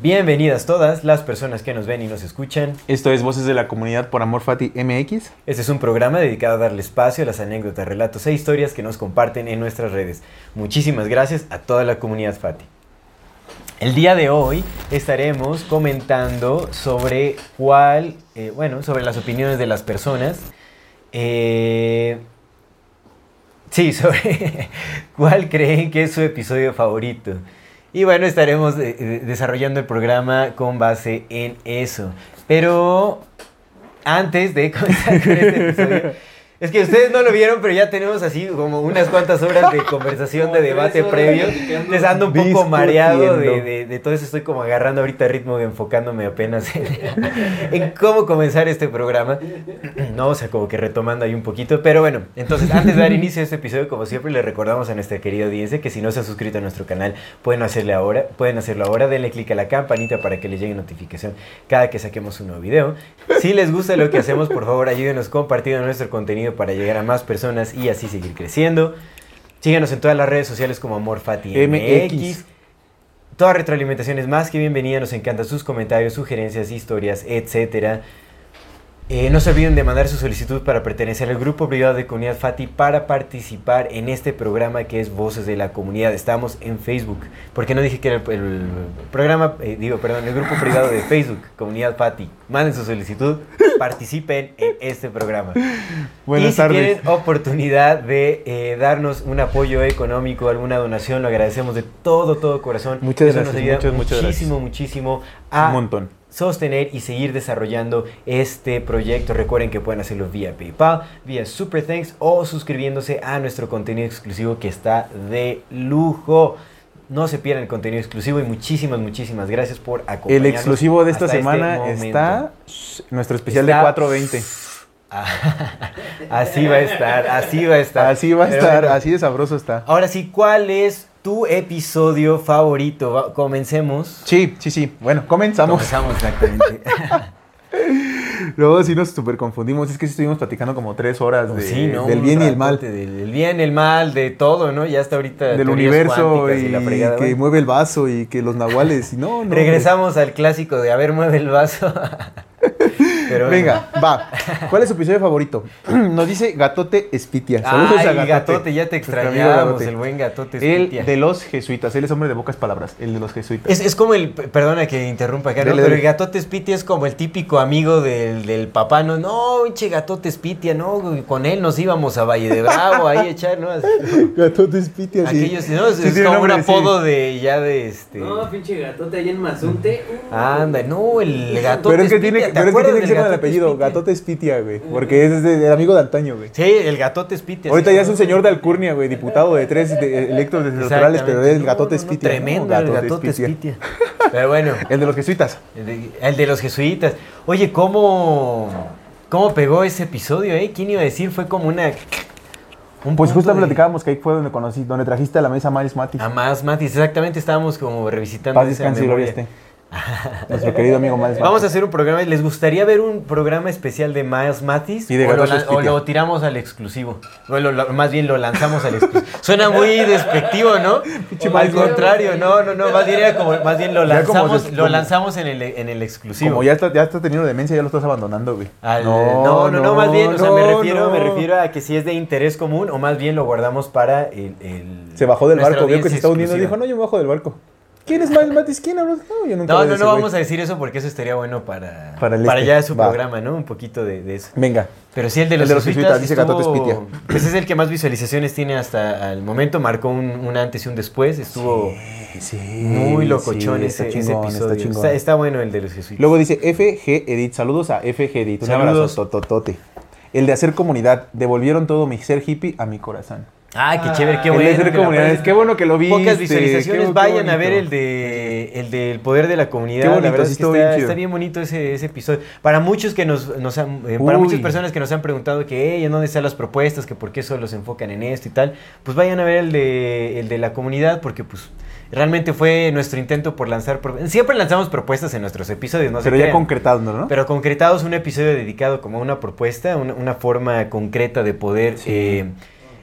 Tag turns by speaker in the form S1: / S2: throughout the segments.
S1: Bienvenidas todas las personas que nos ven y nos escuchan.
S2: Esto es Voces de la Comunidad por Amor Fati MX.
S1: Este es un programa dedicado a darle espacio a las anécdotas, relatos e historias que nos comparten en nuestras redes. Muchísimas gracias a toda la comunidad Fati. El día de hoy estaremos comentando sobre cuál, eh, bueno, sobre las opiniones de las personas. Eh, sí, sobre cuál creen que es su episodio favorito. Y bueno, estaremos eh, eh, desarrollando el programa con base en eso. Pero antes de comenzar con este episodio, es que ustedes no lo vieron, pero ya tenemos así como unas cuantas horas de conversación, de debate previo. Les ando un poco
S2: Discutiendo.
S1: mareado de, de- de todo eso. Estoy como agarrando ahorita ritmo, enfocándome apenas en, en cómo comenzar este programa. No, o sea, como que retomando ahí un poquito. Pero bueno, entonces antes de dar inicio a este episodio, como siempre, le recordamos a nuestra querida audiencia que si no se ha suscrito a nuestro canal, pueden hacerle ahora, pueden hacerlo ahora, denle click a la campanita para que les llegue notificación cada que saquemos un nuevo video. Si les gusta lo que hacemos, por favor, ayúdenos compartiendo nuestro contenido para llegar a más personas y así seguir creciendo. Síganos en todas las redes sociales como AmorFatiMX.
S2: MX.
S1: Toda retroalimentación es más que bienvenida. Nos encantan sus comentarios, sugerencias, historias, etcétera. Eh, no se olviden de mandar su solicitud para pertenecer al grupo privado de comunidad Fati para participar en este programa que es Voces de la Comunidad. Estamos en Facebook. Porque no dije que era el, el programa, eh, digo, perdón, el grupo privado de Facebook, Comunidad Fati. Manden su solicitud, participen en este programa y
S2: Buenas
S1: si
S2: tardes.
S1: tienen oportunidad de eh, darnos un apoyo económico, alguna donación, lo agradecemos de todo, todo corazón.
S2: Muchas
S1: Eso
S2: gracias,
S1: nos ayuda
S2: muchas, muchas
S1: muchísimo,
S2: gracias.
S1: muchísimo
S2: Un
S1: a
S2: montón.
S1: sostener y seguir desarrollando este proyecto. Recuerden que pueden hacerlo vía PayPal, vía Super Thanks o suscribiéndose a nuestro contenido exclusivo que está de lujo. No se pierdan el contenido exclusivo y muchísimas, muchísimas gracias por acompañarnos.
S2: El exclusivo de esta
S1: hasta este
S2: semana
S1: momento.
S2: está shh, nuestro especial
S1: Está-
S2: de 420.
S1: así va a estar, así va a estar.
S2: Así va a
S1: Pero
S2: estar,
S1: bueno,
S2: así de sabroso está.
S1: Ahora sí, ¿cuál es tu episodio favorito? Va- comencemos.
S2: Sí, sí, sí. Bueno, comenzamos.
S1: Comenzamos exactamente.
S2: Luego sí nos super confundimos. Es que sí estuvimos platicando como tres horas de-
S1: Oh, Sí, ¿no?
S2: del
S1: Un
S2: bien y el mal.
S1: ratote Del, el bien, el mal, de todo, ¿no? Ya hasta ahorita.
S2: Del
S1: teorías
S2: universo
S1: cuánticas
S2: y
S1: la fregada,
S2: que
S1: bueno.
S2: mueve el vaso y que los nahuales. Y no, no.
S1: Regresamos al clásico de a ver, mueve el vaso. Pero bueno.
S2: Venga, va. ¿Cuál es su episodio favorito? Nos dice Gatote Espitia. Saludos
S1: Ay,
S2: a
S1: gatote.
S2: Gatote.
S1: ya te
S2: Nuestro amigo
S1: extrañamos,
S2: Gatote.
S1: el buen gatote.
S2: El
S1: Spitia.
S2: de los jesuitas. Él es hombre de pocas palabras. El de los jesuitas.
S1: Es, es como el, perdona que interrumpa acá, ¿no?
S2: Dale,
S1: pero
S2: dale.
S1: el gatote Spitia es como el típico amigo del, del papá, ¿no? No, pinche gatote Spitia, no, güey, con él nos íbamos a Valle de Bravo ahí a echar, ¿no? Así,
S2: Gatote Espitia, sí.
S1: Aquellos, ¿no? Es,
S2: Sí,
S1: es
S2: tiene
S1: como un
S2: nombre, sí.
S1: apodo de ya de este.
S3: No, pinche gatote allá en Mazunte. Uh,
S1: Anda, no, el gatote
S2: Pero es que tiene,
S1: Spitia, ¿te
S2: pero es que,
S1: acuerdas
S2: tiene que
S1: del
S2: ser con el
S1: Gatote
S2: apellido,
S1: Spitia?
S2: Gatote Espitia, güey. Porque ese es de- del amigo de antaño, güey.
S1: Sí, el gatote Spitia.
S2: Ahorita
S1: sí,
S2: ya es
S1: ¿no?
S2: un señor de Alcurnia, güey, diputado de tres de- electos desde los rurales, pero
S1: Exactamente.
S2: es el
S1: No,
S2: Gatote
S1: no, no,
S2: Espitia. ¿no?
S1: Tremendo, el gatote Spitia. Pero bueno.
S2: El de los jesuitas.
S1: El de, el de los jesuitas. Oye, ¿cómo, ¿cómo pegó ese episodio, eh? ¿Quién iba a decir? Fue como una... Un
S2: Pues
S1: punto
S2: justo
S1: de-
S2: platicábamos que ahí fue donde conocí, donde trajiste a la mesa a Miles Matis.
S1: A más Matis, exactamente, estábamos como revisitando
S2: Paz
S1: esa
S2: descanse y gloria
S1: memoria.
S2: esté. Nuestro querido amigo Miles
S1: Vamos a
S2: Matis.
S1: hacer un programa. ¿Les gustaría ver un programa especial de Miles Matis?
S2: Y de
S1: o, lo,
S2: Gatos
S1: lan- o
S2: Espitia.
S1: lo tiramos al exclusivo. O lo- lo- más bien lo lanzamos al exclusivo. Suena muy despectivo, ¿no?
S2: Pinche
S1: al
S2: Miles Matis.
S1: contrario, no, no, no. Más bien era como, más bien lo
S2: Ya como
S1: lanzamos,
S2: se-
S1: lo
S2: como-
S1: lanzamos en el, en el exclusivo.
S2: Como ya está, ya está teniendo demencia, ya lo estás abandonando, güey.
S1: Pues Al- no, no, no, más bien, o sea, me refiero, me refiero a que si es de interés común o más bien lo guardamos para el... el-
S2: Se bajó del
S1: nuestra
S2: barco, vio que se
S1: audiencia
S2: está hundiendo y dijo,
S1: exclusiva.
S2: no, yo me bajo del barco. ¿Quién es Miles Matis? ¿Quién habló? No, yo nunca
S1: No, no,
S2: hablé de
S1: no
S2: ese güey.
S1: vamos a decir eso porque eso estaría bueno para,
S2: Para el este,
S1: ya su
S2: va.
S1: programa, ¿no? Un poquito de, de eso.
S2: Venga,
S1: Pero sí, el de
S2: El
S1: los,
S2: de los
S1: jesuitas
S2: jesuitas, dice Gatote
S1: estuvo-
S2: Espitia.
S1: Pues es el que más visualizaciones tiene hasta el momento, marcó un, un antes y un después, estuvo muy locochón
S2: sí, está
S1: ese, ese
S2: chingón, está
S1: episodio. Está,
S2: chingón.
S1: está bueno el de los jesuitas.
S2: Luego dice FG Edit. Saludos a FG Edit. Un
S1: Saludos.
S2: abrazo tototote. El de hacer comunidad. Devolvieron todo mi ser hippie a mi corazón.
S1: ah, qué chévere, qué
S2: el
S1: bueno.
S2: de hacer
S1: que la
S2: comunidad.
S1: pasen.
S2: Qué bueno que lo vi.
S1: Pocas visualizaciones, vayan a ver el de el del poder de la comunidad.
S2: Qué bonito,
S1: la verdad
S2: sí
S1: es que
S2: estuvo
S1: está,
S2: bien chido.
S1: está bien bonito ese, ese episodio. Para muchos que nos, nos han, eh, para
S2: Uy.
S1: muchas personas que nos han preguntado que "Ey, en dónde están las propuestas, que por qué solo se enfocan en esto y tal, pues vayan a ver el de el de la comunidad porque pues realmente fue nuestro intento por lanzar pro- siempre lanzamos propuestas en nuestros episodios, no se
S2: Pero ya
S1: crean.
S2: concretándolo, ¿no?
S1: Pero concretados un episodio dedicado como a una propuesta, una, una forma concreta de poder
S2: Sí.
S1: eh,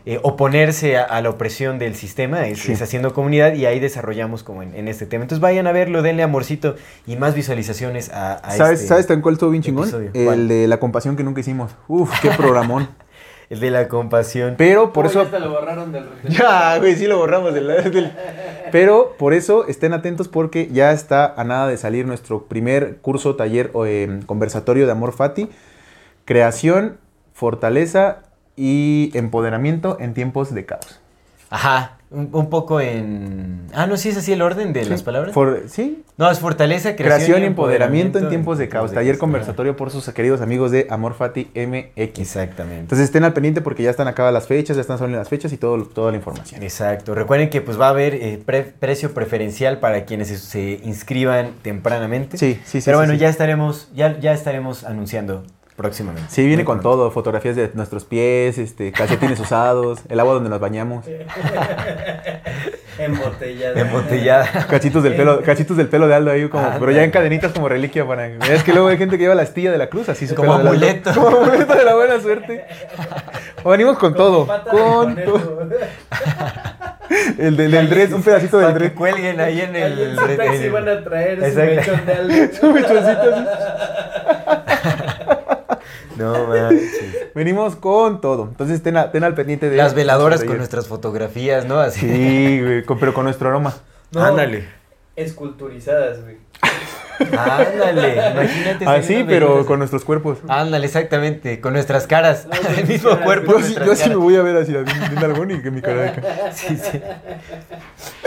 S1: eh, oponerse a, a la opresión del sistema, es,
S2: Sí.
S1: es haciendo comunidad y ahí desarrollamos como en, en este tema. Entonces vayan a verlo, denle amorcito y más visualizaciones a, a
S2: ¿Sabes,
S1: este-
S2: ¿Sabes también cuál estuvo bien chingón?
S1: episodio. ¿Cuál?
S2: El de la compasión que nunca hicimos. Uf, qué programón.
S1: el de la compasión.
S2: Pero por
S3: Oh, ya
S2: eso.
S3: hasta lo borraron del. del-
S2: Ya, güey, sí lo borramos del, del- Pero por eso estén atentos porque ya está a nada de salir nuestro primer curso, taller o eh, conversatorio de Amor Fati. Creación, fortaleza y empoderamiento en tiempos de caos.
S1: Ajá, un, un poco en... Ah, no, sí es así el orden de las palabras.
S2: For- sí.
S1: no, es fortaleza, creación,
S2: Creación y empoderamiento en tiempos de caos. Taller
S1: Ajá.
S2: conversatorio por sus queridos amigos de Amor Fati MX.
S1: Exactamente.
S2: Entonces estén al pendiente porque ya están acá las fechas, ya están saliendo las fechas y todo, toda la información.
S1: Exacto. Recuerden que pues va a haber eh, pre- precio preferencial para quienes se, se inscriban tempranamente.
S2: Sí, sí, sí.
S1: Pero
S2: sí,
S1: bueno,
S2: sí.
S1: ya estaremos, ya, ya estaremos anunciando próximamente.
S2: Sí,
S1: Muy
S2: viene con
S1: pronto.
S2: todo, fotografías de nuestros pies, este, calcetines usados, el agua donde nos bañamos,
S4: Embotellada.
S1: Embotellada.
S2: cachitos del pelo, cachitos del pelo de Aldo ahí como,
S1: Ah,
S2: pero ya en
S1: ándale.
S2: cadenitas como reliquia para es que luego hay gente que lleva la astilla de la cruz, así su
S1: Como
S2: pelo de Aldo.
S1: amuleto.
S2: Como amuleto de la buena suerte. Venimos con todo,
S4: Pata de
S2: con todo.
S4: conejo.
S2: el del del dress, un pedacito del
S1: Para que
S2: dress.
S1: cuelguen ahí en el...
S4: Ahí en su taxi
S1: en el-
S4: van a traer
S1: Exacto.
S4: su mechón de algo.
S2: Su mechoncito así.
S1: No, manches.
S2: Venimos con todo. Entonces estén, a- estén al pendiente de
S1: Las veladoras
S2: de
S1: con
S2: ellos.
S1: nuestras fotografías, ¿no? Así.
S2: Sí, güey, con- pero con nuestro aroma.
S4: No,
S1: Ándale.
S4: Esculturizadas, güey.
S1: Ándale. Imagínate.
S2: Ah,
S1: si
S2: sí,
S1: unas
S2: pero
S1: veladoras-
S2: con nuestros cuerpos.
S1: Ándale, exactamente. Con nuestras caras.
S4: No, con
S1: el mismo
S4: nuestras
S1: cuerpo.
S2: Yo sí,
S1: nuestras
S2: yo sí me
S1: caras.
S2: voy a ver así, de algún y que mi cara de acá.
S1: Sí, sí.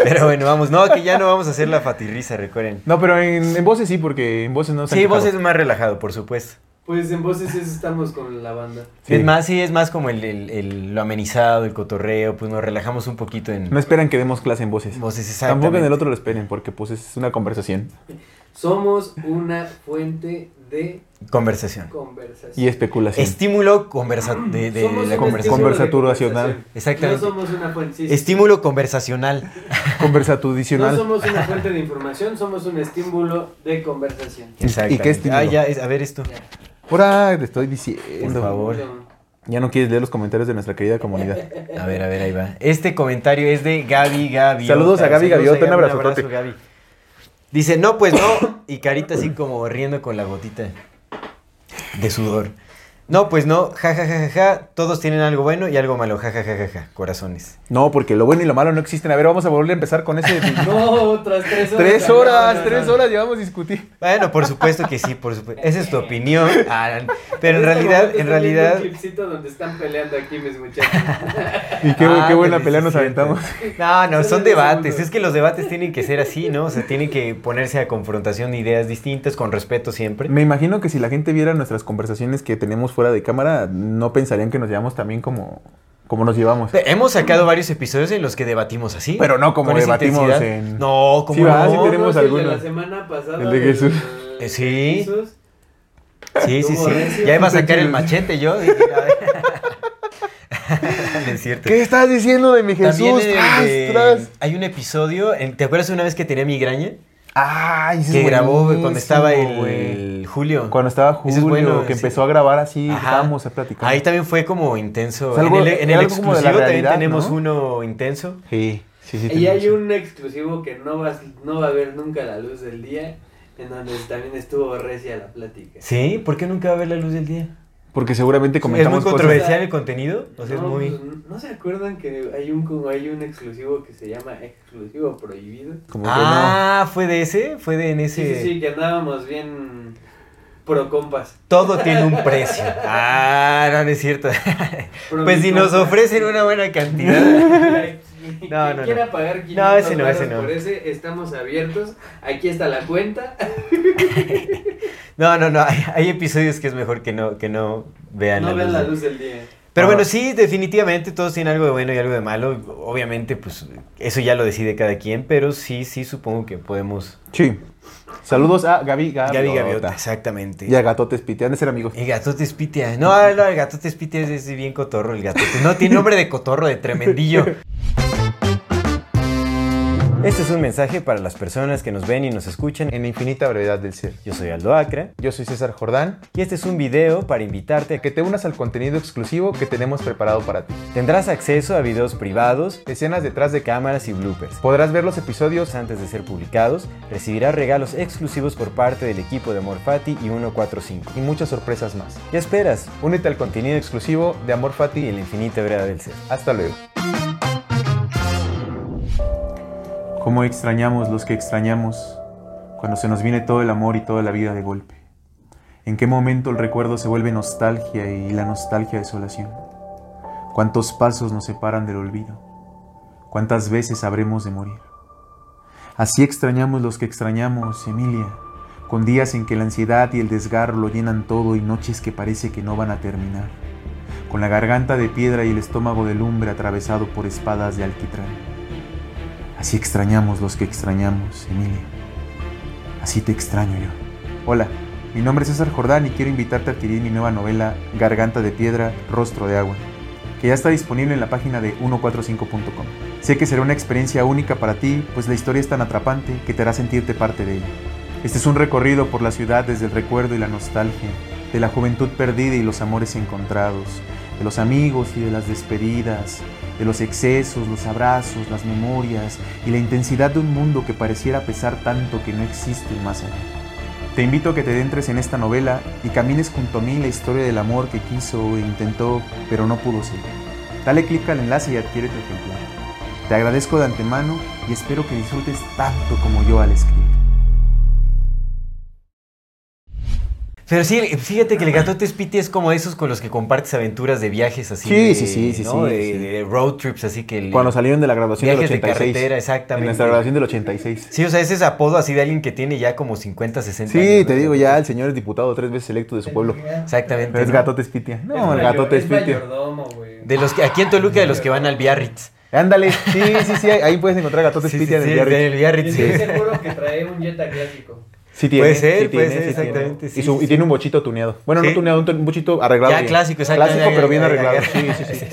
S1: Pero bueno, vamos. No, que ya no vamos a hacer la fatirrisa, recuerden.
S2: No, pero en, en voces sí, porque en voces no se han
S1: Sí,
S2: quejado.
S1: vos es más relajado, por supuesto.
S3: Pues en voces es- estamos con la banda.
S2: Sí.
S1: Es más, sí, es más como el, el- el- lo amenizado, el cotorreo, pues nos relajamos un poquito en
S2: No esperan que demos clase en voces.
S1: voces exactamente.
S2: Tampoco en el otro lo esperen, porque pues es una conversación
S3: Somos una fuente de
S1: Conversación.
S3: conversación.
S2: y especulación.
S1: Este- Estímulo conversa de, de
S3: Somos
S1: la
S3: un
S1: conversación.
S3: estímulo de
S2: Conversaturacional.
S3: conversación.
S1: Exactamente.
S3: No somos una fuente. sí, sí.
S1: Estímulo conversacional.
S3: No
S2: Conversatudicional.
S3: somos una fuente de información, somos un estímulo de conversación.
S2: ¿Y- y qué
S1: Exactamente.
S2: estímulo?
S1: Ah, ya, es- a ver esto.
S2: Ahora te estoy
S1: Por
S2: diciendo.
S1: favor.
S2: Ya no quieres leer los comentarios de nuestra querida comunidad.
S1: A ver, a ver, ahí va. Este comentario es de Gaby Gaviota.
S2: Saludos a Gaby Gaviota, un abrazotote.
S1: abrazo, Gaby. Dice, no, pues no. Y carita así como riendo con la gotita de sudor. No, pues no. Ja, ja, ja, ja, ja. Todos tienen algo bueno y algo malo. Ja, ja, ja, ja, ja. Corazones.
S2: No, porque lo bueno y lo malo no existen. A ver, vamos a volver a empezar con ese.
S3: No, otras tres horas.
S2: tres
S3: No,
S2: horas,
S3: no, no,
S2: tres
S3: no.
S2: horas llevamos discutir.
S1: Bueno, por supuesto que sí, por supuesto. Esa es tu opinión. Ah, no. Pero en
S3: este
S1: realidad, en
S3: momento estoy viendo
S1: realidad...
S3: Un clipcito donde están peleando aquí mis muchachos.
S2: Y qué,
S1: Ah,
S2: qué buena
S1: del
S2: pelea nos
S1: 17.
S2: aventamos.
S1: No, no,
S3: Son
S1: son
S3: de
S1: debates.
S3: segundos.
S1: Es que los debates tienen que ser así, ¿no? O sea, tienen que ponerse a confrontación de ideas distintas, con respeto siempre.
S2: Me imagino que si la gente viera nuestras conversaciones que tenemos fuera de cámara, no pensarían que nos llevamos también como, como nos llevamos.
S1: Hemos sacado varios episodios en los que debatimos así.
S2: Pero no como
S1: con esa
S2: debatimos
S1: intensidad.
S2: en-
S1: No, como
S2: Sí, va,
S1: no.
S2: Ah, sí tenemos-
S3: No, si el de
S2: algunos.
S3: la semana pasada.
S2: El de
S3: del-
S2: Jesús.
S1: Eh, sí.
S3: Jesús.
S1: Sí, sí,
S3: Como
S1: sí.
S3: recio.
S1: Ya iba a sacar el machete yo. dije, a ver. es cierto.
S2: ¿Qué estás diciendo de mi
S1: También
S2: Jesús?
S1: en el
S2: Tras,
S1: de-
S2: tras.
S1: hay un episodio, en- ¿te acuerdas una vez que tenía migraña?
S2: Ay, ese es
S1: que grabó güey, cuando
S2: buenísimo,
S1: estaba el,
S2: güey.
S1: Julio.
S2: Cuando estaba
S1: Ese es
S2: Julio,
S1: bueno,
S2: que
S1: sí.
S2: empezó a grabar así,
S1: Ajá.
S2: estábamos a platicar.
S1: Ahí también fue como intenso.
S2: Es algo-
S1: en el, en
S2: era
S1: el
S2: algo como de la
S1: exclusivo también
S2: realidad,
S1: tenemos
S2: ¿no?
S1: uno intenso.
S2: Sí, sí, sí.
S3: Y
S2: tenemos
S3: hay
S2: eso.
S3: un exclusivo que no va, no va a ver nunca la luz del día, en donde también estuvo recia la plática.
S1: Sí, ¿por qué nunca va a ver la luz del día?
S2: Porque seguramente
S1: Es muy
S2: comentamos cosas.
S1: controversial el contenido. O sea, es
S3: no,
S1: muy.
S3: pues, ¿no se acuerdan que hay un, como hay un exclusivo que se llama exclusivo prohibido?
S2: Como que
S1: Ah, fue de ese, fue de en ese.
S3: Sí, sí, sí, que andábamos bien pro compas.
S1: Todo tiene un precio. Ah, no, no es cierto.
S3: Pro
S1: Pues
S3: mis
S1: si nos
S3: compas.
S1: ofrecen una buena cantidad.
S3: Quien
S1: No, no,
S3: quiera
S1: no.
S3: pagar 500
S1: No, ese no,
S3: varos
S1: ese no.
S3: por ese, estamos abiertos. Aquí está la cuenta.
S1: No, no, no. Hay, hay episodios que es mejor que no, que no vean
S3: no
S1: la,
S3: vean
S1: luz
S3: la
S1: del-
S3: luz del día.
S1: Pero
S2: Ah.
S1: bueno, sí, definitivamente todos tienen algo de bueno y algo de malo. Obviamente, pues eso ya lo decide cada quien, pero sí, sí, supongo que podemos.
S2: no. Sí. Saludos a Gaby Gaviota. Eh,
S1: Gaby Gaviota, exactamente.
S2: Y a Gatotes Pite. Han de ser amigos.
S1: El gatotes pitia. No, no, el gatotes pitia es, es bien cotorro, el gatotes. No, tiene nombre de cotorro, de tremendillo. Este es un mensaje para las personas que nos ven y nos escuchan.
S2: En la infinita brevedad del ser.
S1: Yo soy Aldo Acra
S2: Yo soy César Jordán.
S1: y este es un video para invitarte a
S2: Que
S1: que
S2: te unas al contenido exclusivo que tenemos preparado para ti.
S1: tendrás acceso a videos privados,
S2: Escenas detrás de cámara.
S1: cámaras y bloopers.
S2: Podrás ver los episodios
S1: Antes de ser publicados, recibirás regalos exclusivos por parte del equipo de Amor Fati y 145.
S2: y muchas sorpresas más.
S1: ¿Qué esperas?
S2: Únete al contenido exclusivo de Amor Fati.
S1: Y en la infinita vereda del ser.
S2: Hasta luego. Cómo extrañamos los que extrañamos cuando se nos viene todo el amor y toda la vida de golpe. En qué momento el recuerdo se vuelve nostalgia y la nostalgia desolación. Cuántos pasos nos separan del olvido. Cuántas veces habremos de morir. Así extrañamos los que extrañamos, Emilia, con días en que la ansiedad y el desgarro lo llenan todo y noches que parece que no van a terminar con la garganta de piedra y el estómago de lumbre atravesado por espadas de alquitrán. Así extrañamos los que extrañamos, Emilia. Así te extraño yo. Hola, mi nombre es César Jordán y quiero invitarte a adquirir mi nueva novela Garganta de Piedra, Rostro de Agua, que ya está disponible en la página de 145.com. Sé que será una experiencia única para ti, pues la historia es tan atrapante que te hará sentirte parte de ella. Este es un recorrido por la ciudad desde el recuerdo y la nostalgia, de la juventud perdida y los amores encontrados, de los amigos y de las despedidas, de los excesos, los abrazos, las memorias y la intensidad de un mundo que pareciera pesar tanto que no existe más allá. Te invito a que te adentres en esta novela y camines junto a mí la historia del amor que quiso e intentó, pero no pudo ser. Dale clic al enlace y adquiere tu ejemplar. Te agradezco de antemano y espero que disfrutes tanto como yo al escribir.
S1: Pero sí, fíjate que el gatote Spiti es como esos con los que compartes aventuras de viajes así.
S2: Sí,
S1: de-
S2: sí, sí, sí,
S1: ¿no?
S2: sí,
S1: de,
S2: sí.
S1: de road trips, así que. el-
S2: Cuando salieron de la graduación
S1: Viajes
S2: del
S1: de
S2: 86.
S1: carretera,
S2: En
S1: exactamente.
S2: nuestra graduación del 86.
S1: Sí, o sea, ese es apodo así de alguien que tiene ya como 50, 60 años.
S2: Sí,
S1: ¿no?
S2: te digo, ya el señor es diputado tres veces electo de su pueblo.
S1: Exactamente.
S2: Pero es
S1: ¿no?
S2: gatote espitia. No, el gatote
S4: es
S2: espitia.
S4: mayordomo, güey.
S1: De los que, aquí en Toluca, de los que van al Biarritz.
S2: Ándale, sí, sí, sí, ahí puedes encontrar gatote
S1: Sí, sí, sí,
S2: espitia en el
S1: del
S2: diario.
S4: Yo
S1: Biarritz.
S4: estoy
S1: sí.
S4: seguro que trae un Jetta clásico.
S2: Sí
S1: Puede ser,
S2: sí
S1: puede
S2: tiene,
S1: ser,
S2: sí tiene.
S1: exactamente,
S2: y,
S1: sí,
S2: su- y
S1: sí.
S2: tiene un bochito tuneado. Bueno,
S1: Sí.
S2: no tuneado, un, tu- un bochito arreglado.
S1: Ya
S2: bien.
S1: clásico, exacto.
S2: Clásico,
S1: Ya,
S2: pero
S1: ya,
S2: bien
S1: ya, ya,
S2: arreglado.
S1: ya.
S2: Sí, sí, sí.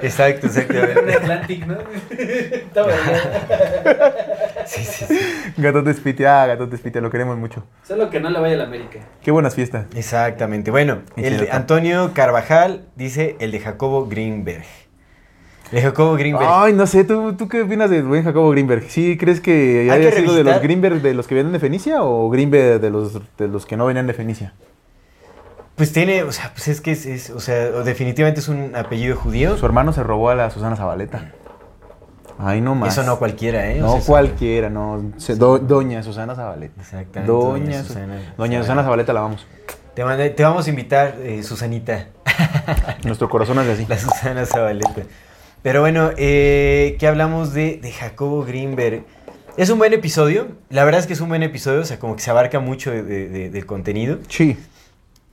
S1: Exacto,
S4: Un
S1: exactamente.
S4: Atlantic, ¿no? Estaba bien.
S1: Sí, sí, sí.
S2: Gatote espitia, ah, gatote espitia, lo queremos mucho.
S3: Solo que no le vaya a la América.
S2: Qué buenas fiestas.
S1: Exactamente. Bueno, el
S2: Y sí,
S1: de
S2: doctor.
S1: Antonio Carvajal dice el de Jacobo Greenberg. El de Jacobo Greenberg.
S2: Ay, no sé, ¿tú, ¿tú qué opinas de buen Jacobo Greenberg? ¿Sí crees que
S1: Hay
S2: haya
S1: que
S2: sido de los
S1: revisitar-
S2: Greenberg de los que vienen de Fenicia o Greenberg de los, de los que no venían de Fenicia?
S1: Pues tiene, o sea, pues es que es, es- o sea, o definitivamente es un apellido judío.
S2: Su hermano se robó a la Susana Zabaleta. Ay, no más.
S1: Eso no cualquiera, ¿eh? O
S2: No
S1: sea, eso-
S2: cualquiera, no. Se- do- doña Susana Zabaleta.
S1: Exactamente.
S2: Doña, Susana. Doña Susana Zabaleta la vamos.
S1: Te, mandé- te vamos a invitar, eh, Susanita.
S2: Nuestro corazón es así.
S1: La Susana Zabaleta. Pero bueno, eh, ¿qué hablamos de, de Jacobo Greenberg? Es un buen episodio. La verdad es que es un buen episodio. O sea, como que se abarca mucho de- de- de- del contenido.
S2: Sí.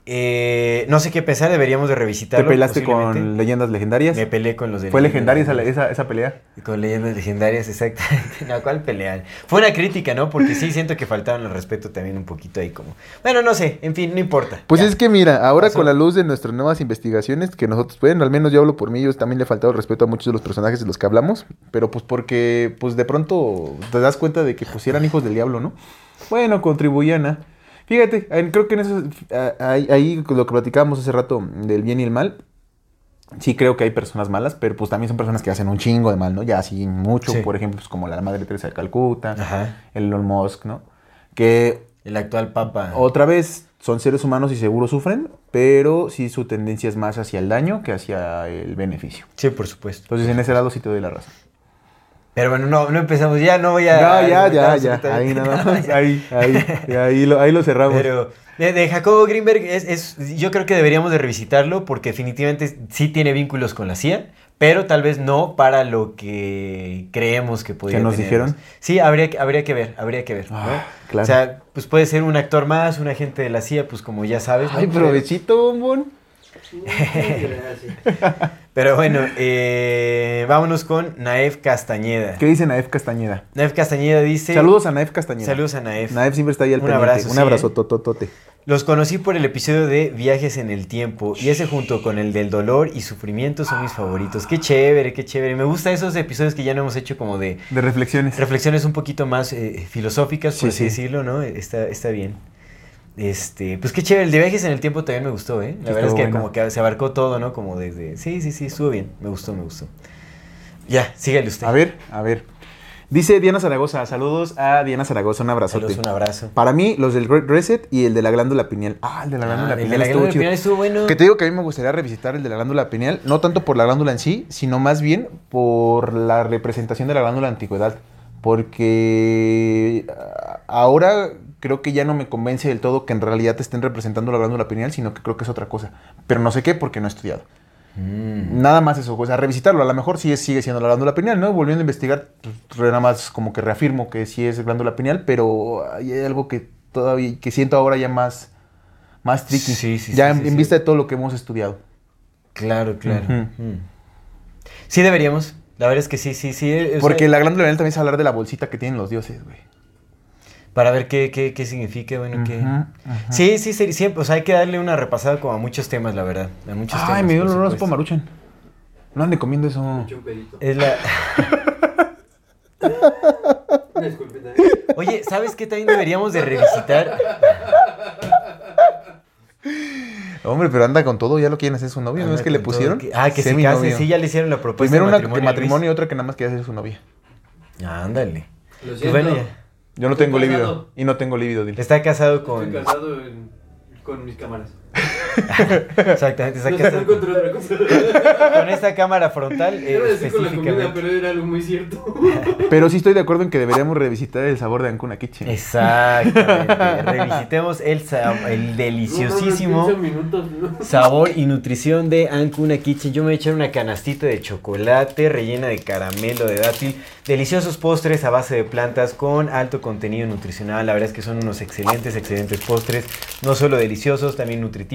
S1: Eh, no sé qué pensar, deberíamos de revisitarlo.
S2: Te pelaste
S1: posiblemente.
S2: con leyendas legendarias.
S1: Me peleé con los de...
S2: Fue
S1: leyendas
S2: legendaria esa, esa, esa pelea.
S1: Con leyendas legendarias, exactamente. No, ¿cuál pelear? Fue una crítica, ¿no? Porque sí siento que faltaron el respeto también un poquito ahí como... Bueno, no sé, en fin, no importa.
S2: Pues
S1: Ya.
S2: es que mira, ahora
S1: Pasó.
S2: con la luz de nuestras nuevas investigaciones, que nosotros, bueno, al menos yo hablo por mí, yo también le he faltado el respeto a muchos de los personajes de los que hablamos, pero pues porque, pues de pronto te das cuenta de que pues eran hijos del diablo, ¿no? Bueno, contribuían a... Fíjate, en- creo que en eso, a- ahí, ahí lo que platicábamos hace rato del bien y el mal, sí creo que hay personas malas, pero pues también son personas que hacen un chingo de mal, ¿no? Ya así mucho,
S1: Sí.
S2: por ejemplo, pues como la Madre Teresa de Calcuta,
S1: Ajá.
S2: el Elon Musk, ¿no? Que
S1: El actual papa.
S2: otra vez, son seres humanos y seguro sufren, pero sí su tendencia es más hacia el daño que hacia el beneficio.
S1: Sí, por supuesto.
S2: Entonces, en ese lado sí te doy la razón.
S1: Pero bueno, no, no empezamos. Ya no voy a...
S2: No, ya, ya,
S1: argumentar
S2: ya. Ahí
S1: absolutamente
S2: nada
S1: nada,
S2: más.
S1: ya.
S2: Ahí, ahí, ahí lo, ahí lo cerramos.
S1: Pero de, de Jacobo Greenberg, es, es- yo creo que deberíamos de revisitarlo porque definitivamente sí tiene vínculos con la CIA, pero tal vez no para lo que creemos que podía
S2: ¿Que nos
S1: tener.
S2: dijeron?
S1: Sí, habría, que- habría que ver, habría que ver. ¿no?
S2: Ah, claro.
S1: O sea, pues puede ser un actor más, un agente de la CIA, pues como ya sabes. ¿no?
S2: Ay, provechito, bombón.
S1: Pero bueno, eh, vámonos con Naef Castañeda.
S2: ¿Qué dice Naef Castañeda?
S1: Naef Castañeda dice...
S2: Saludos a Naef Castañeda.
S1: Saludos a Naef.
S2: Naef siempre está ahí al
S1: Un
S2: pendiente.
S1: abrazo,
S2: Un
S1: sí,
S2: abrazo,
S1: eh.
S2: tototote.
S1: Los conocí por el episodio de Viajes en el Tiempo y ese junto con el del dolor y sufrimiento son mis favoritos. Qué chévere, qué chévere. Me gustan esos episodios que ya no hemos hecho como de
S2: De reflexiones.
S1: reflexiones un poquito más eh, filosóficas, por
S2: Sí,
S1: así
S2: sí.
S1: decirlo, ¿no? Está, está bien. Este, pues qué chévere, el de viajes en el tiempo también me gustó, ¿eh? La
S2: Sí,
S1: verdad es
S2: estuvo
S1: que
S2: bueno.
S1: como que se abarcó todo, ¿no? Como desde... Sí, sí, sí, estuvo bien, me gustó, me gustó. Ya, sígale usted.
S2: a ver, a ver. Dice Diana Zaragoza. Saludos a Diana Zaragoza. Un abrazote.
S1: Saludos, un abrazo.
S2: Para mí, los del Great Reset y el de la glándula pineal. Ah, el de la glándula
S1: Ah, el
S2: pineal.
S1: de la
S2: estuvo
S1: glándula
S2: chido.
S1: pineal estuvo bueno.
S2: Que te digo que a mí me gustaría revisitar el de la glándula pineal, no tanto por la glándula en sí, sino más bien por la representación de la glándula antigüedad. Porque ah, ahora creo que ya no me convence del todo que en realidad te estén representando la glándula pineal, sino que creo que es otra cosa. Pero no sé qué porque no he estudiado.
S1: Mm.
S2: Nada más eso, o sea, revisitarlo. A lo mejor sí es- sigue siendo la glándula pineal, ¿no? Volviendo a investigar, pues, nada más como que reafirmo que sí es glándula pineal, pero hay algo que todavía, que siento ahora ya más, más tricky.
S1: Sí, sí,
S2: ya
S1: sí,
S2: en,
S1: sí,
S2: en
S1: sí.
S2: vista de todo lo que hemos estudiado.
S1: Claro, claro.
S2: Ujú.
S1: Mm. Sí deberíamos, la verdad es que sí, sí, sí. eh, o sea,
S2: Porque la glándula pineal también es hablar de la bolsita que tienen los dioses, güey.
S1: Para ver qué, qué, qué significa, bueno, qué...
S2: Ujú, ujú.
S1: Sí, sí, sí, siempre, o sea, hay que darle una repasada como a muchos temas, la verdad. A muchos temas.
S2: Ay, me dio
S1: por
S2: el olor a
S1: supuesto.
S2: sopa maruchan. No ande comiendo eso.
S3: Un chumperito.
S1: Es la...
S3: Una ¿eh? esculpita.
S1: Oye, ¿sabes qué también deberíamos de revisitar?
S2: Hombre, pero anda con todo, ya lo quieren hacer su novio, ¿no es
S1: Anda
S2: que le
S1: con todo,
S2: pusieron?
S1: que- Ah, que se
S2: Seminovio.
S1: casen, sí, ya le hicieron la propuesta
S2: Primero
S1: de
S2: una de
S1: matrimonio. a Luis.
S2: matrimonio y otra que nada más quería ser su novia.
S1: Ah, ándale.
S4: Lo
S1: Pues bueno, ya.
S2: Yo no
S4: Estoy
S2: tengo
S4: casado.
S2: lívido. Y no tengo lívido, dile.
S1: Está casado
S3: Estoy
S1: con...
S3: casado en- con mis cámaras.
S1: Exactamente, está
S3: No
S1: casado
S3: están
S1: con...
S3: contra otra cosa.
S1: con esta cámara frontal eh,
S3: Iba a decir con la comida,
S1: específicamente.
S3: pero era algo muy cierto.
S2: Pero sí estoy de acuerdo en que deberíamos revisitar el sabor de Ancuna Kitchen.
S1: Exactamente. Revisitemos el, sa- el deliciosísimo...
S3: No, no, 15 minutos, ¿no?
S1: Sabor y nutrición de Ancuna Kitchen. Yo me voy a echar una canastita de chocolate rellena de caramelo de dátil. Deliciosos postres a base de plantas con alto contenido nutricional. La verdad es que son unos excelentes, excelentes postres. No solo deliciosos, también nutritivos.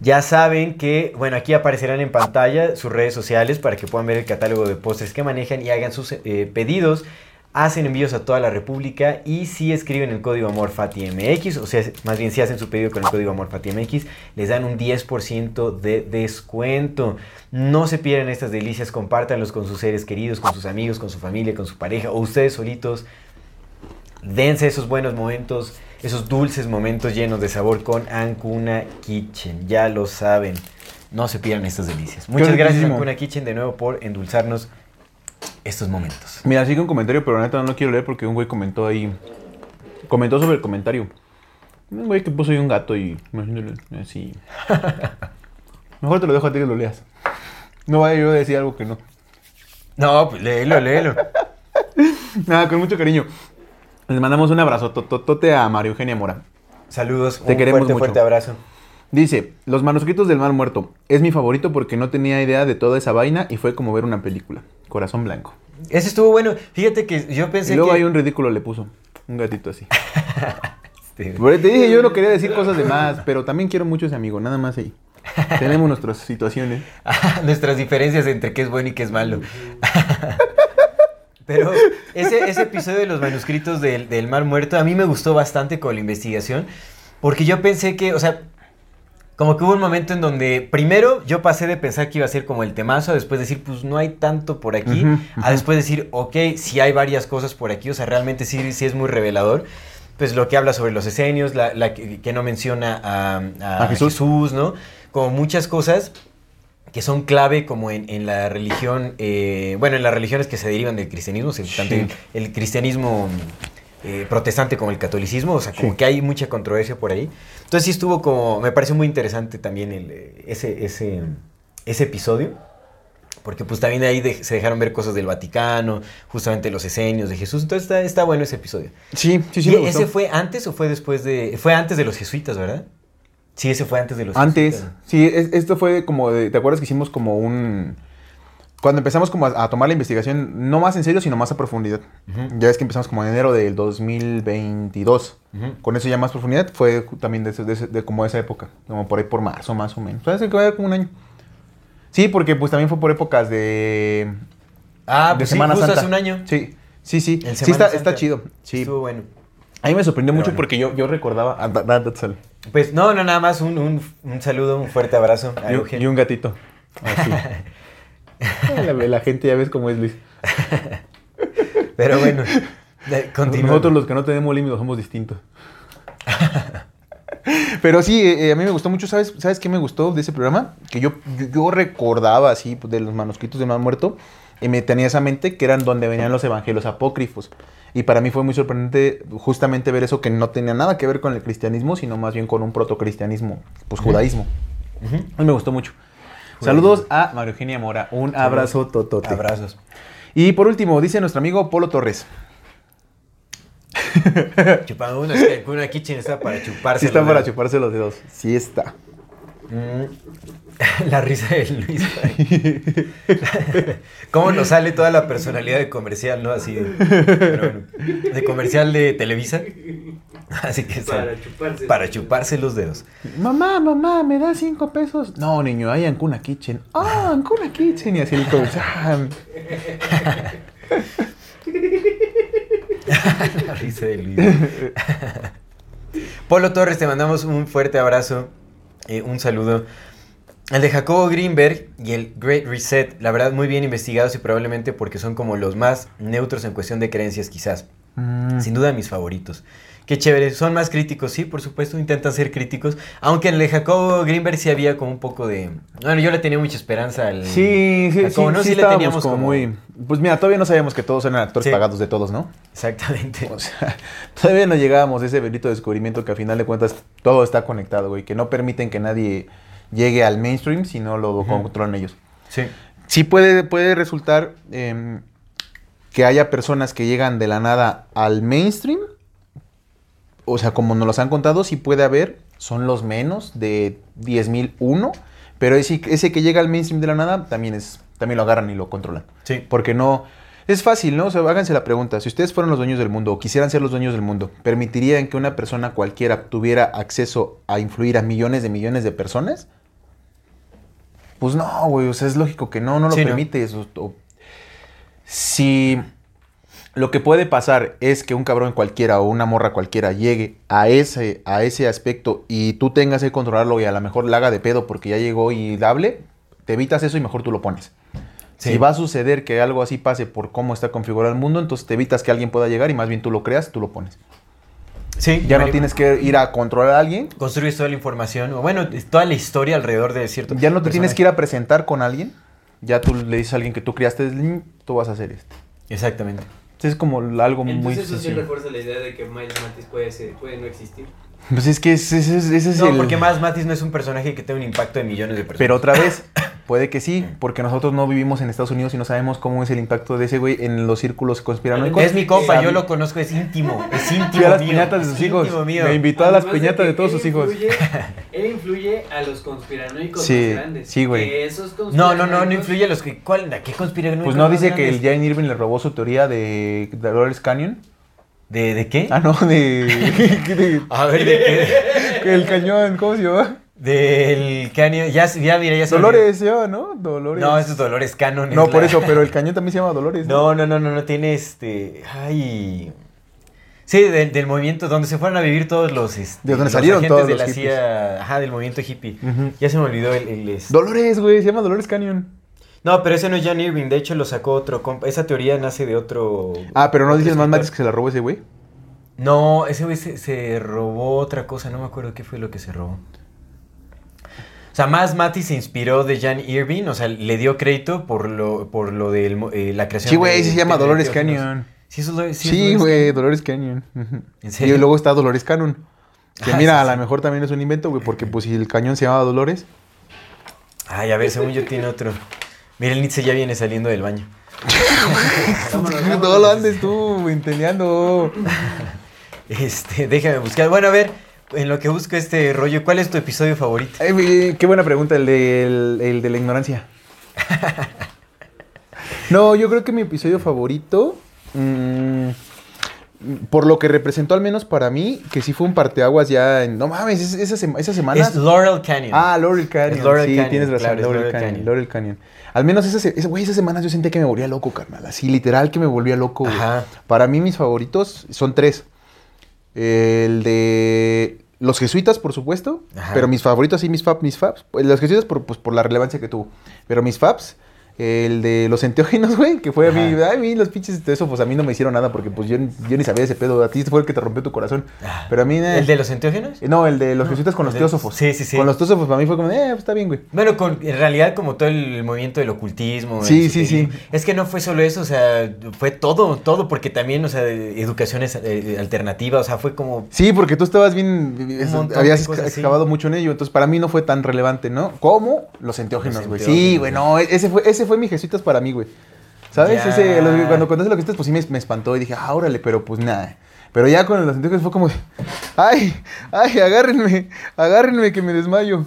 S1: Ya saben que, bueno, aquí aparecerán en pantalla sus redes sociales para que puedan ver el catálogo de postres que manejan y hagan sus eh, pedidos. Hacen envíos a toda la República y si escriben el código amor Fati MX, o sea, más bien si hacen su pedido con el código amor Fati MX, les dan un 10% de descuento. No se pierdan estas delicias, compártanlos con sus seres queridos, con sus amigos, con su familia, con su pareja o ustedes solitos. Dense esos buenos momentos, esos dulces momentos llenos de sabor con Ancuna Kitchen. Ya lo saben, no se pierdan estas delicias. Muchas gracias
S2: riquísimo.
S1: Ancuna Kitchen de nuevo por endulzarnos estos momentos.
S2: Mira, sigue un comentario, pero la neta no lo quiero leer porque un güey comentó ahí. Comentó sobre el comentario. Un güey que puso ahí un gato y. Así. Mejor te lo dejo a ti que lo leas. No vaya yo a decir algo que no.
S1: No, pues léelo, léelo.
S2: Nada, con mucho cariño. Les mandamos un abrazo tototote a María Eugenia Mora.
S1: Saludos,
S2: Te
S1: un
S2: queremos
S1: fuerte,
S2: mucho.
S1: fuerte abrazo.
S2: Dice, Los manuscritos del mal muerto. Es mi favorito porque no tenía idea de toda esa vaina y fue como ver una película. Corazón blanco.
S1: Ese estuvo bueno. Fíjate que yo pensé
S2: Y luego
S1: que.
S2: hay un ridículo le puso. Un gatito así.
S1: Este,
S2: Por eso te dije, yo no quería decir cosas de más, pero también quiero mucho a ese amigo, nada más ahí. Tenemos nuestras situaciones.
S1: Nuestras diferencias entre qué es bueno y qué es malo. Pero ese, ese episodio de los manuscritos del, del Mar Muerto a mí me gustó bastante con la investigación, porque yo pensé que, o sea, como que hubo un momento en donde primero yo pasé de pensar que iba a ser como el temazo, a después decir, pues no hay tanto por aquí,
S2: Ujú,
S1: a después decir, ok, sí hay varias cosas por aquí, o sea, realmente sí, sí es muy revelador. Pues lo que habla sobre los esenios, la, la que, que no menciona a, a
S2: A Jesús.
S1: Jesús, ¿no? Como muchas cosas que son clave como en, en la religión, eh, bueno, en las religiones que se derivan del cristianismo, o sea, tanto
S2: Sí.
S1: el, el cristianismo eh, protestante como el catolicismo, o sea, como
S2: Sí.
S1: que hay mucha controversia por ahí. Entonces sí estuvo como, me pareció muy interesante también el, eh, ese, ese, ese episodio, porque pues también ahí de- se dejaron ver cosas del Vaticano, justamente los esenios de Jesús, entonces está, está bueno ese episodio.
S2: Sí, sí, sí.
S1: ¿Y
S2: me gustó.
S1: ese fue antes o fue después de, fue antes de los jesuitas, verdad? Sí, ese fue antes de los
S2: Antes,
S1: jesuitas.
S2: sí, es- esto fue como de, ¿te acuerdas que hicimos como un cuando empezamos como a, a tomar la investigación, no más en serio, sino más a profundidad.
S1: Ujú.
S2: Ya es que empezamos como en enero del 2022.
S1: Ujú.
S2: Con eso ya más profundidad fue ju- también de, ese- de ese- de como esa época, como por ahí por marzo más o menos. Parece que va a haber como un año. Sí, porque pues también fue por épocas de,
S1: Ah,
S2: de
S1: pues
S2: Semana
S1: sí, justo
S2: Santa.
S1: hace un año.
S2: Sí, sí, sí.
S1: En
S2: Sí,
S1: Semana
S2: está,
S1: Santa.
S2: está chido. Sí.
S1: Estuvo bueno.
S2: A mí me sorprendió
S1: Pero
S2: mucho
S1: bueno.
S2: porque yo, yo recordaba a Da- Da- Datzel.
S1: Pues no, no, nada más un, un- un saludo, un fuerte abrazo a
S2: y, un-
S1: Eugen.
S2: y un gatito. Así. Eh, la, la gente ya ves cómo es Luis.
S1: Pero bueno, de- continuando.
S2: Nosotros los que no tenemos límites somos distintos. Pero sí, eh, eh, a mí me gustó mucho, ¿sabes, ¿sabes qué me gustó de ese programa? Que yo, yo, yo recordaba así pues, de los manuscritos de Man Muerto y me tenía esa mente que eran donde venían los evangelios apócrifos. Y para mí fue muy sorprendente justamente ver eso que no tenía nada que ver con el cristianismo, sino más bien con un protocristianismo, pues judaísmo.
S1: Ujú.
S2: A mí me gustó mucho. Saludos a María Eugenia Mora. Un abrazo totote.
S1: Abrazos.
S2: Y por último, dice nuestro amigo Polo Torres.
S1: Chupando uno, es que una kitchen está para chuparse.
S2: Sí está
S1: los
S2: para
S1: dedos.
S2: chuparse los dedos. Sí está.
S1: Mm, La risa de Luis. ¿Cómo nos sale toda la personalidad de comercial, no? Así de, pero bueno, de comercial de Televisa. Así que
S3: Para
S1: sale.
S3: chuparse.
S1: Para chuparse los dedos.
S2: Mamá, mamá, ¿me da cinco pesos? No, niño, hay Ancuna Kitchen. Ah, Ancuna Kitchen. Y así el coach. ah,
S1: La risa de Luis. Polo Torres, te mandamos un fuerte abrazo, eh, un saludo. El de Jacobo Greenberg y el Great Reset, la verdad muy bien investigados y probablemente porque son como los más neutros en cuestión de creencias quizás.
S2: mm,
S1: Sin duda mis favoritos. Qué chévere, son más críticos, sí, por supuesto, intentan ser críticos. Aunque en el de Jacobo Greenberg sí había como un poco de... Bueno, yo le tenía mucha esperanza al...
S2: Sí, sí, sí,
S1: Jacobo, ¿no?
S2: sí,
S1: Sí le
S2: estábamos
S1: teníamos
S2: como,
S1: como-
S2: muy... Pues mira, todavía no sabíamos que todos eran actores
S1: Sí.
S2: pagados de todos, ¿no?
S1: Exactamente.
S2: O sea, todavía no llegábamos a ese bendito descubrimiento que a final de cuentas todo está conectado, güey. Que no permiten que nadie llegue al mainstream si no lo
S1: Ujú.
S2: controlan ellos.
S1: Sí.
S2: Sí puede, puede resultar em, que haya personas que llegan de la nada al mainstream. O sea, como nos los han contado, sí puede haber, son los menos de 10.001. Pero ese, ese que llega al mainstream de la nada también, es, también lo agarran y lo controlan.
S1: Sí.
S2: Porque no... Es fácil, ¿no? O sea, háganse la pregunta. Si ustedes fueran los dueños del mundo o quisieran ser los dueños del mundo, ¿permitirían que una persona cualquiera tuviera acceso a influir a millones de millones de personas? Pues no, güey. O sea, es lógico que no, no lo
S1: Sí, ¿no?
S2: permites. o- o- Si lo que puede pasar es que un cabrón cualquiera o una morra cualquiera llegue a ese, a ese aspecto y tú tengas que controlarlo y a lo mejor la haga de pedo porque ya llegó y hable, te evitas eso y mejor tú lo pones.
S1: Sí.
S2: Si va a suceder que algo así pase por cómo está configurado el mundo, entonces te evitas que alguien pueda llegar y más bien tú lo creas, tú lo pones.
S1: Sí,
S2: Ya no
S1: Mari-
S2: tienes que ir a controlar a alguien,
S1: construyes toda la información, o bueno, toda la historia alrededor de cierto.
S2: ya no te tienes que ir a presentar con alguien, ya tú le dices a alguien que tú criaste desde niño, tú vas a hacer esto.
S1: Exactamente.
S2: Entonces es como algo muy
S3: Entonces eso sí
S2: sencillo.
S3: refuerza la idea de que Miles Matis puede, ser- puede no existir.
S2: Pues es que ese, ese- ese es
S1: No,
S2: el...
S1: porque más Matis no es un personaje que tenga un impacto de millones de personas.
S2: Pero otra vez, puede que sí,
S1: Mm.
S2: porque nosotros no vivimos en Estados Unidos y no sabemos cómo es el impacto de ese güey en los círculos conspiranoicos. Eh,
S1: es mi compa,
S2: Sabe-
S1: yo lo conozco, es íntimo, es íntimo
S2: Fui a las
S1: mío,
S2: piñatas de
S1: es
S2: sus hijos.
S1: íntimo mío.
S2: Me invitó a las
S3: Además
S2: piñatas de,
S3: que
S2: todos
S3: él
S2: sus hijos.
S3: influye- él influye a los conspiranoicos
S2: Sí,
S3: más grandes.
S2: sí, güey.
S3: Que esos
S1: No,
S3: conspiranoicos-
S1: no, no, no influye a los que, ¿cuál, a qué conspiran?
S2: Pues no dice que el Jane Irving le robó su teoría de Dolores Canyon.
S1: ¿De, de qué?
S2: Ah, no, de. de-
S1: A ver, ¿de qué?
S2: que el cañón, ¿cómo se llama?
S1: Del Canyon, ya, se- ya, mira, ya se me
S2: Dolores, se llama, ¿no?
S1: olvidó.
S2: Dolores.
S1: No, eso es Dolores Canon. es
S2: No, por
S1: la-
S2: eso, pero el cañón también se llama Dolores.
S1: No, no, no, no, no tiene este. Ay. Sí, del, del movimiento donde se fueron a vivir todos los. este,
S2: De donde
S1: los
S2: salieron
S1: agentes
S2: todos
S1: de
S2: los
S1: la
S2: hippies.
S1: CIA, ajá, del movimiento hippie.
S2: Ujú.
S1: Ya se me olvidó el. el, este-
S2: Dolores, güey, se llama Dolores Canyon.
S1: No, pero ese no es John Irving, de hecho lo sacó otro compa. Esa teoría nace de otro.
S2: Ah, pero no
S1: otro
S2: dice más
S1: escritor.
S2: Matis que se la robó ese güey.
S1: No, ese güey se, se robó otra cosa, no me acuerdo qué fue lo que se robó. O sea, más Mati se inspiró de Jan Irving, o sea, le dio crédito por lo, por lo de la creación
S2: Sí, güey,
S1: de-
S2: sí se llama
S1: de- de-
S2: Dolores
S1: de-
S2: Canyon.
S1: Sí, eso es- sí, es
S2: Sí,
S1: Dolores
S2: güey, Dolores Canyon. Ujú.
S1: ¿En serio?
S2: Y luego está Dolores Cannon. Que
S1: Ah,
S2: mira,
S1: sí,
S2: a
S1: sí.
S2: lo mejor también es un invento, güey, porque pues si el cañón se llamaba Dolores.
S1: Ay, a ver, según yo tiene otro. Mira, el Nietzsche ya viene saliendo del baño.
S3: Vámonos, vámonos.
S2: No lo andes tú, entendiendo.
S1: Este, déjame buscar. Bueno, a ver, en lo que busco este rollo, ¿cuál es tu episodio favorito?
S2: Ay, güey, qué buena pregunta, el, de, el, el de la ignorancia. No, yo creo que mi episodio favorito, mm, por lo que representó al menos para mí, que sí fue un parteaguas ya en... No mames, es- esa, sema- esa semana...
S1: Es Laurel Canyon.
S2: Ah, Laurel Canyon.
S1: Es Laurel
S2: sí,
S1: Canyon,
S2: tienes razón.
S1: claro, es
S2: Laurel,
S1: Laurel
S2: Canyon,
S1: Canyon.
S2: Laurel Canyon. Al menos esas, ese- güey, esas semanas yo sentía que me volvía loco, carnal. Así, literal, que me volvía loco. güey.
S1: Ajá.
S2: Para mí, mis favoritos son tres: el de los jesuitas, por supuesto.
S1: Ajá.
S2: Pero mis favoritos, sí, mis fabs, mis fabs. Pues, Los jesuitas, por, pues, por la relevancia que tuvo. Pero mis fabs. El de los enteógenos, güey, que fue a mí,
S1: Ajá.
S2: ay, a mí los pinches de eso, pues a mí no me hicieron nada porque pues yo, yo ni sabía ese pedo, a ti fue el que te rompió tu corazón.
S1: Ah.
S2: Pero a mí... eh,
S1: ¿El de los enteógenos?
S2: eh, No, el de los
S1: No,
S2: jesuitas con
S1: el
S2: los
S1: de-
S2: teósofos.
S1: sí, sí, sí.
S2: Con los teósofos para mí fue como, eh, pues está bien, güey.
S1: Bueno, con, en realidad como todo el, movimiento del ocultismo. el
S2: Sí, sí, sí.
S1: esoterismo. Es que no fue solo eso, o sea, fue todo, todo, porque también, o sea, de- educaciones eh, alternativas, o sea, fue como...
S2: Sí, porque tú estabas bien, es-
S1: montón de
S2: habías
S1: cosas,
S2: exca-
S1: sí.
S2: excavado mucho en ello, entonces para mí no fue tan relevante, ¿no? Como los enteógenos,
S1: Los
S2: güey. Sí,
S1: enteógenos,
S2: güey, no, e- ese fue, ese fue mi jesuitas para mí, güey. ¿Sabes?
S1: Ya.
S2: Ese, lo- cuando contaste lo que estás, pues sí me, me espantó y dije, ah, órale, pero pues nada. Pero ya con los enteógenos fue como, ay, ay, agárrenme, agárrenme que me desmayo.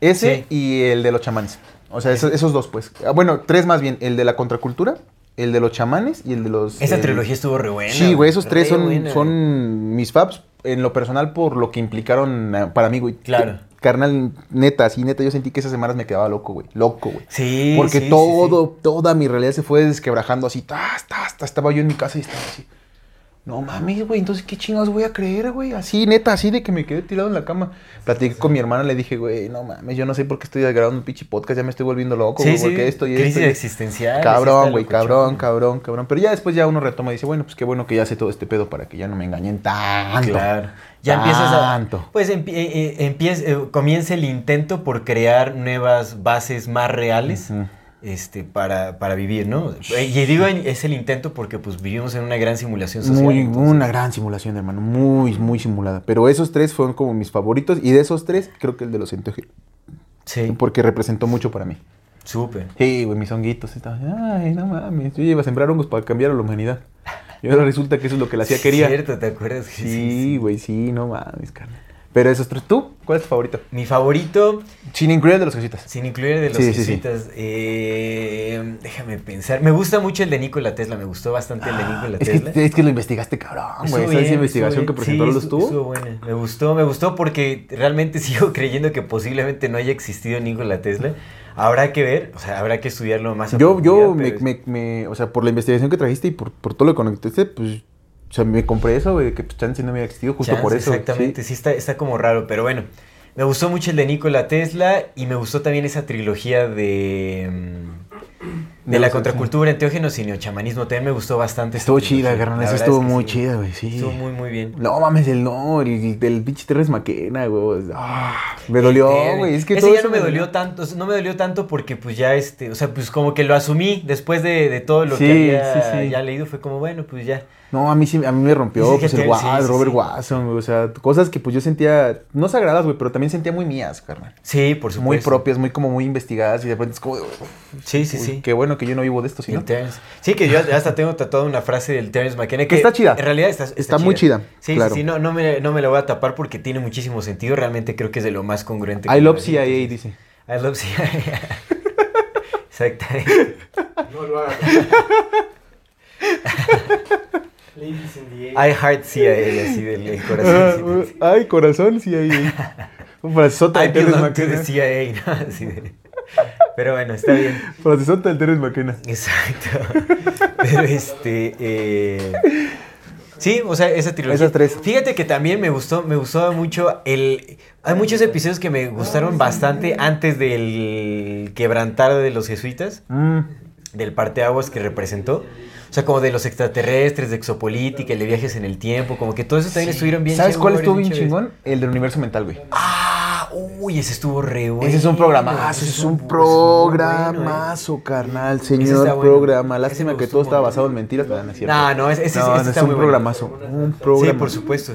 S2: Ese y el de los chamanes. O sea, esos, esos dos, pues. Ah, Bueno, tres más bien, el de la contracultura, el de los chamanes y el de los...
S1: Esa
S2: eh,
S1: trilogía estuvo re buena.
S2: Sí, güey, esos
S1: re
S2: tres son,
S1: buena.
S2: son mis faps en lo personal por lo que implicaron eh, para mí, güey.
S1: Claro.
S2: Te- Carnal, neta, sí, neta, yo sentí que esas semanas me quedaba loco, güey. Loco, güey.
S1: Sí,
S2: Porque
S1: sí, sí,
S2: todo, toda mi realidad se fue desquebrajando así. tas, tas, tas. estaba yo en mi casa y estaba así. No mames, güey, entonces qué chingados voy a creer, güey. Así, neta, así de que me quedé tirado en la cama. Platiqué con mi hermana, le dije, güey, no mames, yo no sé por qué estoy grabando un pinche podcast, ya me estoy volviendo loco,
S1: sí.
S2: güey,
S1: Sí,
S2: porque
S1: sí,
S2: esto y
S1: crisis
S2: esto. y esto.
S1: existencial.
S2: Cabrón,
S1: está
S2: güey,
S1: locochón.
S2: cabrón, cabrón, cabrón. Pero ya después ya uno retoma y dice, bueno, pues qué bueno que ya sé todo este pedo para que ya no me engañen tanto.
S1: Claro. Ah, Ya empiezas a.
S2: Tanto.
S1: Pues empie- eh, eh, empieza- eh, comienza el intento por crear nuevas bases más reales.
S2: Ujú.
S1: Este, para, para vivir, ¿no? Eh, Y digo, en- es el intento porque pues vivimos en una gran simulación social.
S2: Muy,
S1: entonces-
S2: una gran simulación, hermano. Muy, muy simulada. Pero esos tres fueron como mis favoritos. Y de esos tres, creo que el de los enteógenos.
S1: Sí,
S2: Porque representó mucho para mí.
S1: súper.
S2: Sí, güey, mis honguitos. estaba, Ay, no mames. Yo iba a sembrar hongos para cambiar a la humanidad. Y ahora resulta que eso es lo que la hacía quería.
S1: Cierto, ¿te acuerdas? Sí,
S2: Sí, güey, sí, no mames, carnal. Pero esos tres, ¿tú? ¿Cuál es tu favorito?
S1: Mi favorito,
S2: Sin incluir el de los casitas.
S1: sin incluir de los
S2: Sí, sí, sí.
S1: jesuitas, eh, déjame pensar. Me gusta mucho el de Nikola Tesla, me gustó bastante el de Nikola
S2: Ah, Es
S1: Tesla.
S2: que, es que lo investigaste, cabrón, Ah, güey.
S1: Estuvo
S2: Esa
S1: bien,
S2: esa investigación que
S1: estuvo bien.
S2: presentó
S1: Sí,
S2: los
S1: estu- estuvo
S2: tuvo.
S1: buena. Me gustó, me gustó porque realmente sigo creyendo que posiblemente no haya existido Nikola Tesla. Habrá que ver, o sea, habrá que estudiarlo más a
S2: Yo, yo me,
S1: profundidad, pero-
S2: me, me- o sea, por la investigación que trajiste y por, por todo lo que conectaste, pues, o sea, me compré eso, güey, de que pues, chance no había existido justo
S1: Chance,
S2: por eso.
S1: Exactamente, sí, está, está como raro, pero bueno. Me gustó mucho el de Nikola Tesla y me gustó también esa trilogía de. mm, De
S2: De
S1: la
S2: los-
S1: contracultura, enteógenos y neochamanismo. También me gustó bastante. esa
S2: Estuvo
S1: trilogía.
S2: chida, carnal,
S1: La
S2: eso
S1: verdad
S2: estuvo
S1: es que
S2: muy
S1: sí.
S2: chida, güey, sí.
S1: Estuvo muy, muy bien.
S2: No mames, el no, el del pinche Terres Maquena, güey. Ah, me dolió,
S1: Tere.
S2: güey. Es que
S1: Ese
S2: todo
S1: ya
S2: eso
S1: no me dolió tanto, o sea, no me dolió tanto porque pues ya este, o sea, pues como que lo asumí después de, de todo lo
S2: Sí,
S1: que había
S2: sí, sí.
S1: ya leído, fue como bueno, pues ya.
S2: No, a mí sí, a mí me rompió
S1: Dice que
S2: pues, el
S1: te-
S2: Wa-
S1: sí, sí,
S2: Robert
S1: sí.
S2: Watson, güey. O sea, cosas que pues yo sentía, no sagradas, güey, pero también sentía muy mías, carnal.
S1: Sí, por supuesto.
S2: Muy propias, muy como muy investigadas y de repente es como...
S1: Sí, sí,
S2: Uy,
S1: sí.
S2: Qué bueno que yo no vivo de esto,
S1: El
S2: sino.
S1: Terence. Sí, que yo hasta tengo tatuado una frase del Terence McKenna.
S2: Que está chida.
S1: En realidad está,
S2: Está muy chida,
S1: Sí,
S2: claro.
S1: sí, sí, no, no, me, no me la voy a tapar porque tiene muchísimo sentido. Realmente creo que es de lo más congruente.
S2: I
S1: que
S2: love
S1: me-
S2: CIA, dice.
S1: I love CIA. Exactamente.
S4: No lo hagas. Ladies in the air.
S1: I heart CIA, así del el
S2: Ah,
S1: corazón. sí.
S2: Ay, corazón, CIA. Un frasezota
S1: I
S2: del Terence
S1: belong to the
S2: McKenna.
S1: CIA, ¿no? Así de- Pero bueno, está bien.
S2: Frasezota del Terence McKenna.
S1: Exacto. Pero este. eh, Sí, o sea, esa trilogía.
S2: Esas tres.
S1: Fíjate que también me gustó, me gustó mucho el. Hay muchos episodios que me gustaron bastante antes del quebrantar de los jesuitas,
S2: Mm,
S1: del parteaguas que representó. O sea, como de los extraterrestres, de exopolítica, el de viajes en el tiempo, como que todo eso también estuvieron bien
S2: ¿Sabes cuál
S1: chéveres,
S2: estuvo bien
S1: chéveres.
S2: chingón? El del universo mental, güey.
S1: Ah, uy, ese estuvo re bueno.
S2: Ese es un programazo,
S1: Ese
S2: ese es un
S1: bu- ese es muy bueno, eh.
S2: programazo, carnal,
S1: Ese
S2: señor
S1: está bueno.
S2: programa.
S1: Ese
S2: Lástima
S1: me
S2: que
S1: gustó
S2: todo
S1: un
S2: estaba
S1: montón.
S2: basado en mentiras, pero no, es cierto.
S1: No, no, ese, ese-
S2: No,
S1: ese está
S2: no, es un
S1: muy bueno.
S2: programazo, un
S1: Sí,
S2: programa.
S1: por supuesto.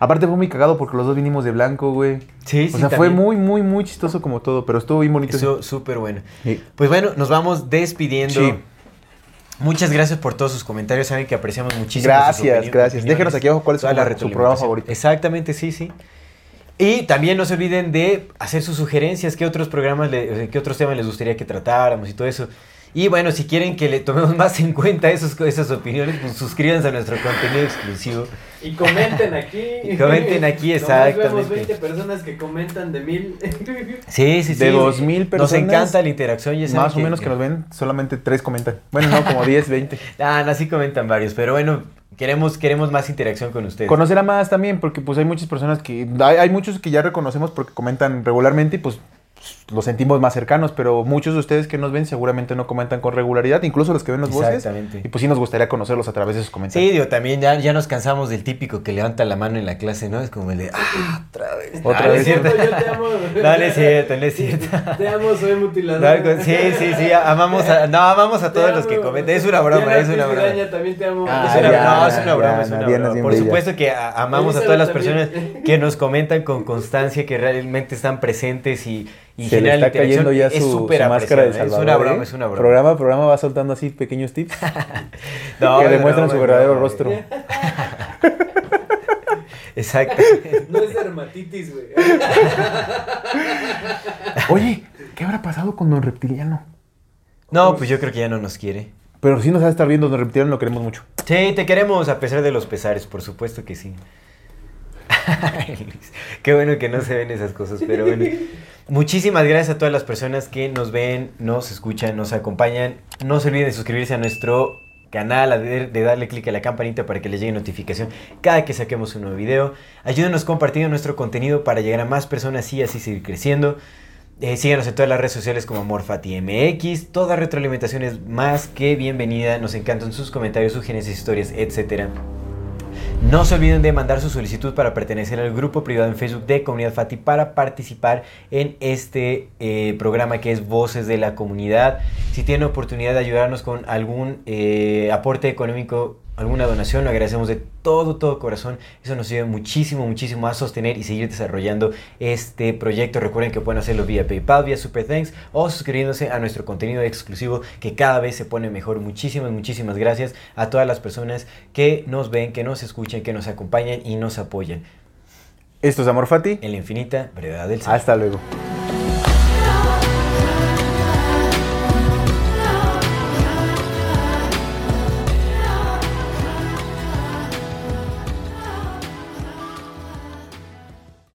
S2: Aparte fue muy cagado porque los dos vinimos de blanco, güey.
S1: Sí, sí,
S2: O sea, fue
S1: también.
S2: muy, muy, muy chistoso como todo, pero estuvo bien bonito.
S1: Eso, súper bueno.
S2: Sí.
S1: Pues bueno, nos vamos despidiendo.
S2: Sí.
S1: Muchas gracias por todos sus comentarios. Saben que apreciamos muchísimo.
S2: Gracias,
S1: sus opini-
S2: gracias.
S1: opiniones,
S2: Déjenos aquí abajo cuál es
S1: toda
S2: su-
S1: la
S2: su
S1: retroalimentación.
S2: programa favorito.
S1: Exactamente, sí, sí. Y también no se olviden de hacer sus sugerencias, qué otros programas, le- qué otros temas les gustaría que tratáramos y todo eso. Y bueno, si quieren que le tomemos más en cuenta esos, esas opiniones, pues suscríbanse a nuestro contenido exclusivo.
S3: Y comenten aquí.
S1: Y comenten aquí,
S3: Nomás Vemos
S1: exactamente.
S3: 20 personas que comentan de mil.
S1: Sí, sí, sí.
S2: De 2000 personas.
S1: Nos encanta la interacción. Ya saben
S2: Más o menos que nos ven, solamente 3 comentan. Este. Bueno, no, como 10, 20.
S1: Ah, no, así comentan varios, pero bueno, queremos, queremos más interacción con ustedes.
S2: Conocer a más también, porque pues hay muchas personas que... Hay, hay muchos que ya reconocemos porque comentan regularmente y pues los sentimos más cercanos, pero muchos de ustedes que nos ven seguramente no comentan con regularidad, incluso los que ven los voces.
S1: Exactamente.
S2: Y pues sí nos gustaría conocerlos a través de sus comentarios.
S1: Sí, digo, también ya, ya nos cansamos del típico que levanta la mano en la clase, ¿no? Es como el de, ah, otra vez.
S2: Otra
S1: No, no
S2: vez.
S1: es cierto.
S3: Yo te amo.
S1: No, no es cierto, no es cierto.
S3: Te amo, soy
S1: No,
S3: mutilador.
S1: algo- sí, sí, sí, amamos a, no, amamos a
S3: Te
S1: todos los que
S3: amo.
S1: cometen. Es una broma,
S3: Diana
S1: es una
S3: Ortiz
S1: broma.
S3: Graña, también te amo.
S2: Ah,
S1: Es una-
S2: ya,
S1: no, es una broma,
S2: ya,
S1: es una
S2: Diana es
S1: broma.
S2: bien
S1: Por
S2: bella.
S1: supuesto que a- amamos a todas las
S3: Elizabeth
S1: personas
S3: también.
S1: que nos comentan con constancia, que realmente están presentes y, y
S2: Se le
S1: generan
S2: está cayendo
S1: interacción.
S2: ya
S1: Es
S2: su, su
S1: súper
S2: máscara de
S1: apreciable, Es
S2: Salvador.
S1: una
S2: ¿eh?
S1: broma, es una broma.
S2: Programa a programa va soltando así pequeños tips
S1: No,
S2: que
S1: es
S2: demuestran
S1: broma,
S2: su
S1: es
S2: verdadero
S1: broma.
S2: rostro.
S1: Exacto.
S3: No es dermatitis, güey.
S2: Oye, ¿qué habrá pasado con Don Reptiliano?
S1: No, pues yo creo que ya no nos quiere.
S2: Pero sí nos ha de estar viendo Don Reptiliano, lo queremos mucho.
S1: Sí, te queremos a pesar de los pesares, por supuesto que sí. Ay, Luis, Qué bueno que no se ven esas cosas, pero bueno. Muchísimas gracias a todas las personas que nos ven, nos escuchan, nos acompañan. No se olviden de suscribirse a nuestro canal, a ver- de darle clic a la campanita para que les llegue notificación cada que saquemos un nuevo video. Ayúdenos compartiendo nuestro contenido para llegar a más personas y así seguir creciendo. Eh, síganos en todas las redes sociales como MorfatiMX. Toda retroalimentación es más que bienvenida. Nos encantan sus comentarios, sugerencias, historias, etc. No se olviden de mandar su solicitud para pertenecer al grupo privado en Facebook de Comunidad Fati para participar en este eh, programa que es Voces de la Comunidad. Si tienen oportunidad de ayudarnos con algún eh, aporte económico, alguna donación, lo agradecemos de todo, todo corazón. Eso nos ayuda muchísimo, muchísimo a sostener y seguir desarrollando este proyecto. Recuerden que pueden hacerlo vía PayPal, vía Super Thanks o suscribiéndose a nuestro contenido exclusivo que cada vez se pone mejor. Muchísimas, muchísimas gracias a todas las personas que nos ven, que nos escuchan, que nos acompañan y nos apoyan.
S2: Esto es Amor Fati.
S1: En la infinita brevedad del ser.
S2: Hasta luego.